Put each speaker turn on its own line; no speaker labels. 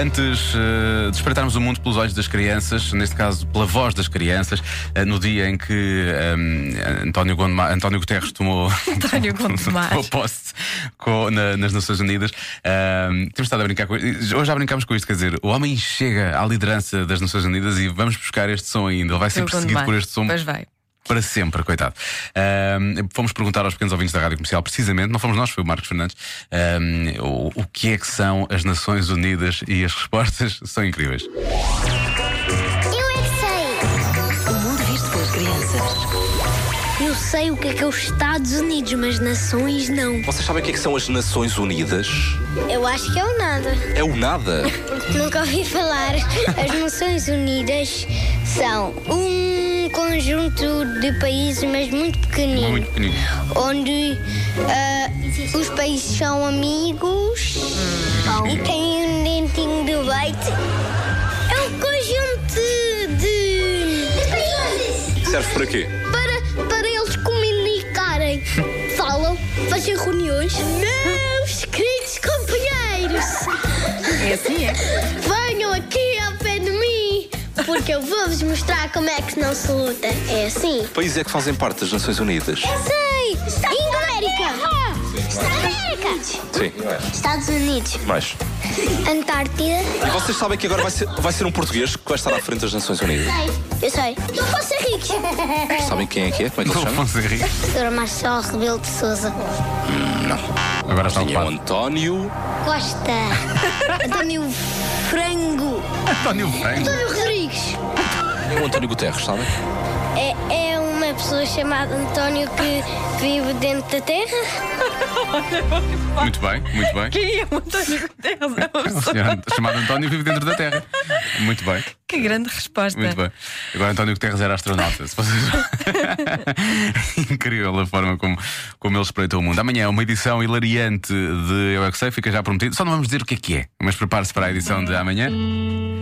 Antes eh, de espreitarmos o mundo pelos olhos das crianças, neste caso pela voz das crianças, eh, no dia em que ehm, António, Gondomar, António Guterres tomou,
António Gondomar.
tomou posse co- na- nas Nações Unidas, ehm, temos estado a brincar com isto. Hoje já brincámos com isto, quer dizer, o homem chega à liderança das Nações Unidas e vamos buscar este som ainda. Ele vai ser
António
perseguido
Gondomar.
por este som
Pois vai.
para sempre, coitado. Ahm, fomos perguntar aos pequenos ouvintes da Rádio Comercial, precisamente, não fomos nós, foi o Marcos Fernandes, ahm, o, o que é que são as Nações Unidas e as respostas são incríveis.
Eu é que sei.
O mundo visto pelas crianças.
Eu sei o que é que é os Estados Unidos, mas nações não.
Vocês sabem o que é que são as Nações Unidas?
Eu acho que é o nada.
É o nada.
Nunca ouvi falar. As Nações Unidas são um conjunto de países, mas muito pequenino.
Muito pequenino.
é
Onde ah, os países são amigos e têm um dentinho do leite. É um conjunto de.
Serve para quê?
para, para eles comunicarem. Falam, fazem reuniões. Meus queridos companheiros,
É assim, é?
venham aqui ao pé de mim, porque eu vou-vos mostrar como é que não se luta. É assim. É
Que países é que fazem parte das Nações Unidas?
Sei! América! América!
Sim.
Estados Unidos.
Mais.
Antártida.
E vocês sabem que agora vai ser, vai ser um português que vai estar à frente das Nações Unidas.
Eu sei. Não fosse ricos.
Sabem quem é que é? Como é que ele se chama?
Afonso Henrique.
Doutora Marcelo Rebelo de Souza.
Agora está
Sim, é o
ocupado.
António.
Costa. António Frango.
António Franco.
António Rodrigues.
É o António Guterres, sabem?
É, é uma pessoa chamada António que vive dentro da terra.
Muito bem, muito bem.
Quem é o António Guterres? É uma
O
pessoa-
um senhor Ant- chamado António vive dentro da Terra. Muito bem,
Que grande resposta.
muito bem. Agora António Guterres era astronauta. Se vocês- Incrível a forma como, como ele espreitou o mundo. Amanhã é uma edição hilariante de Eu é que sei, fica já prometido. Só não vamos dizer o que é que é, mas prepare-se para a edição de amanhã.